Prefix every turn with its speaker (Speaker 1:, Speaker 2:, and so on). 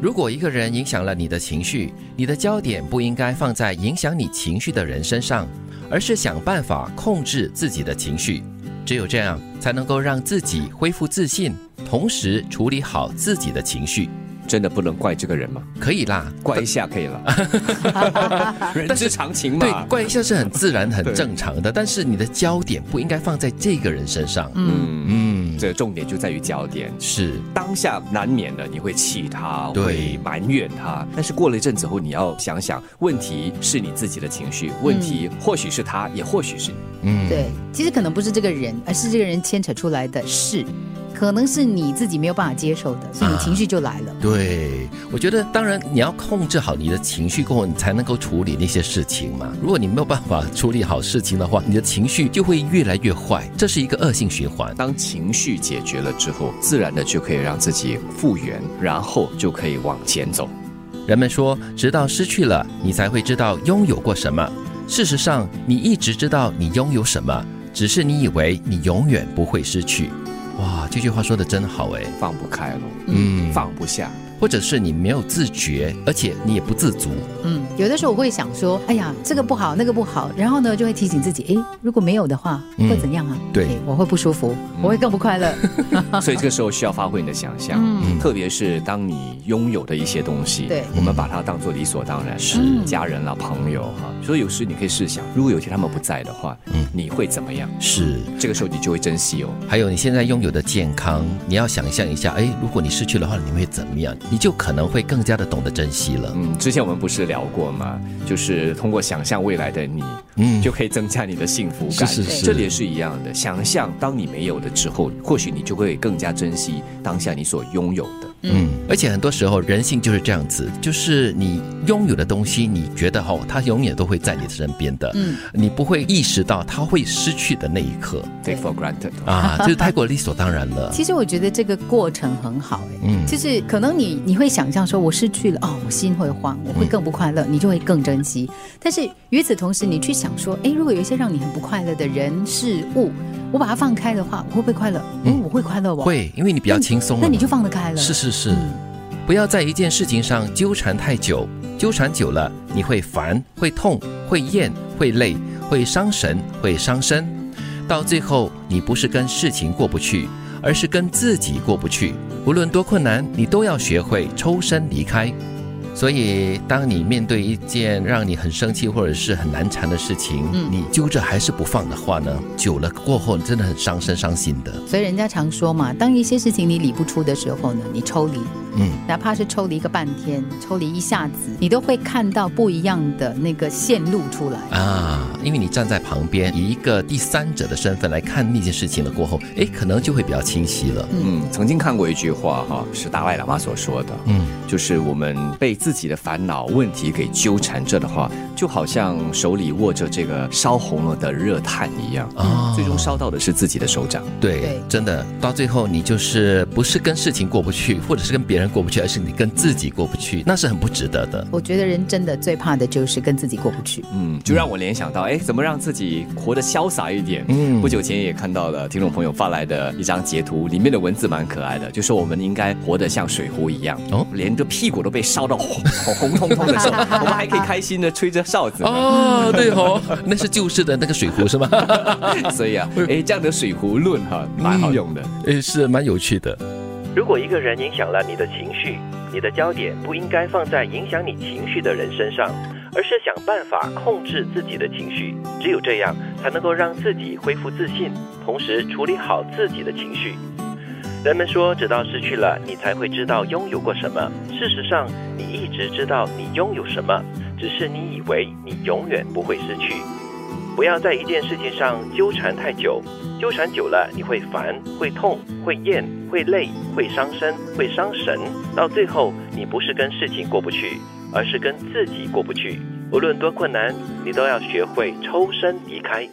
Speaker 1: 如果一个人影响了你的情绪，你的焦点不应该放在影响你情绪的人身上，而是想办法控制自己的情绪。只有这样，才能够让自己恢复自信，同时处理好自己的情绪。
Speaker 2: 真的不能怪这个人吗？
Speaker 1: 可以啦，
Speaker 2: 怪一下可以了， 人之常情
Speaker 1: 对
Speaker 2: 嘛。，
Speaker 1: 怪一下是很自然、很
Speaker 2: 对
Speaker 1: 正常的，但是你的焦点不应该放在这个人身上。
Speaker 3: 嗯，
Speaker 2: 嗯，
Speaker 1: 嗯，
Speaker 2: 这重点就在于焦点。
Speaker 1: 是
Speaker 2: 当下难免的，你会气他，
Speaker 1: 对
Speaker 2: 会埋怨他。但是过了一阵子后，你要想想，问题是你自己的情绪，问题或许是他，也或许是你。
Speaker 1: 嗯，
Speaker 3: 对，其实可能不是这个人，而是这个人牵扯出来的事，可能是你自己没有办法接受的，所以你情绪就来了。
Speaker 1: 对，我觉得当然你要控制好你的情绪过后，你才能够处理那些事情嘛。如果你没有办法处理好事情的话，你的情绪就会越来越坏，这是一个恶性循环。
Speaker 2: 当情绪解决了之后，自然的就可以让自己复原，然后就可以往前走。
Speaker 1: 人们说，直到失去了，你才会知道拥有过什么。事实上，你一直知道你拥有什么，只是你以为你永远不会失去。哇，这句话说的真好哎，
Speaker 2: 放不开了，
Speaker 1: 嗯，
Speaker 2: 放不下。
Speaker 1: 或者是你没有自觉，而且你也不自足。
Speaker 3: 嗯，有的时候我会想说，哎呀，这个不好，那个不好，然后呢，就会提醒自己，哎，如果没有的话，
Speaker 1: 嗯
Speaker 3: 会怎样啊？
Speaker 1: 对
Speaker 3: 哎我会不舒服，我会更不快乐。
Speaker 2: 所以这个时候需要发挥你的想象，
Speaker 3: 嗯
Speaker 2: 特别是当你拥有的一些东西，
Speaker 3: 对嗯
Speaker 2: 我们把它当做理所当然，是家人啦、朋友哈。所以有时你可以试想，如果有一天他们不在的话，
Speaker 1: 嗯
Speaker 2: 你会怎么样？
Speaker 1: 是，
Speaker 2: 这个时候你就会珍惜哦。
Speaker 1: 还有你现在拥有的健康，你要想象一下，哎，如果你失去的话，你会怎么样？你就可能会更加的懂得珍惜了。
Speaker 2: 嗯，之前我们不是聊过吗？就是通过想象未来的你，
Speaker 1: 嗯，
Speaker 2: 就可以增加你的幸福
Speaker 1: 是
Speaker 2: 感。
Speaker 1: 是
Speaker 3: 对
Speaker 1: 是，
Speaker 2: 这里也是一样的，想象当你没有的之后，或许你就会更加珍惜当下你所拥有的。
Speaker 1: 嗯，而且很多时候人性就是这样子，就是你拥有的东西，你觉得哦，它永远都会在你身边的，
Speaker 3: 嗯，
Speaker 1: 你不会意识到它会失去的那一刻
Speaker 2: Take for granted，
Speaker 1: 啊，就是太过理所当然了。
Speaker 3: 其实我觉得这个过程很好、哎。
Speaker 1: 嗯，
Speaker 3: 就是可能你你会想象说，我失去了哦，我心会慌，我会更不快乐，你就会更珍惜。但是与此同时，你去想说，诶，如果有一些让你很不快乐的人事物，我把它放开的话，我会不会快乐？
Speaker 1: 嗯
Speaker 3: 嗯，我会快乐哦。
Speaker 1: 会，因为你比
Speaker 3: 比
Speaker 1: 较轻松了
Speaker 3: 那你就
Speaker 1: 嘛
Speaker 3: 放得开了。
Speaker 1: 是是是。
Speaker 3: 嗯
Speaker 1: 不要在一件事情上纠缠太久，纠缠久了你会烦、会痛、会厌、会累、会伤神、会伤身，到最后你不是跟事情过不去，而是跟自己过不去。无论多困难，你都要学会抽身离开。所以，当你面对一件让你很生气或者是很难缠的事情，
Speaker 3: 嗯
Speaker 1: 你揪着还是不放的话呢，久了过后，真的很伤身伤心的。
Speaker 3: 所以人家常说嘛，当一些事情你理不出的时候呢，你抽离，
Speaker 1: 嗯，
Speaker 3: 哪怕是抽离个半天，抽离一下子，你都会看到不一样的那个线路出来。
Speaker 1: 啊，因为你站在旁边，以一个第三者的身份来看那件事情了过后，诶，可能就会比较清晰了。
Speaker 2: 嗯，曾经看过一句话哈，是达赖喇嘛所说的，
Speaker 1: 嗯，
Speaker 2: 就是我们被自己的烦恼问题给纠缠着的话，就好像手里握着这个烧红了的热炭一样，
Speaker 1: 哦
Speaker 2: 嗯最终烧到的是自己的手掌。
Speaker 1: 对，
Speaker 3: 对
Speaker 1: 真的到最后你就是不是跟事情过不去，或者是跟别人过不去，而是你跟自己过不去，那是很不值得 的。
Speaker 3: 我觉得人真的最怕的就是跟自己过不去。
Speaker 2: 嗯，就让我联想到，哎，怎么让自己活得潇洒一点？
Speaker 1: 嗯
Speaker 2: 嗯，不久前也看到了听众朋友发来的一张截图，里面的文字蛮可爱的，就说我们应该活得像水壶一样，
Speaker 1: 哦
Speaker 2: 哦，连个屁股都被烧到红红红彤彤的 时候，我们还可以开心的吹着哨子呢。
Speaker 1: 哦，对哦，那是旧式的那个水壶是吗？
Speaker 2: 所以啊，哎，这样的水壶论哈、蛮好用的。
Speaker 1: 诶，是蛮有趣的。
Speaker 4: 如果一个人影响了你的情绪，你的焦点不应该放在影响你情绪的人身上，而是想办法控制自己的情绪。只有这样，才能够让自己恢复自信，同时处理好自己的情绪。人们说，直到失去了，你才会知道拥有过什么。事实上，你一直知道你拥有什么，只是你以为你永远不会失去。不要在一件事情上纠缠太久，纠缠久了你会烦、会痛、会厌、会累、会伤身、会伤神，到最后你不是跟事情过不去，而是跟自己过不去。无论多困难，你都要学会抽身离开，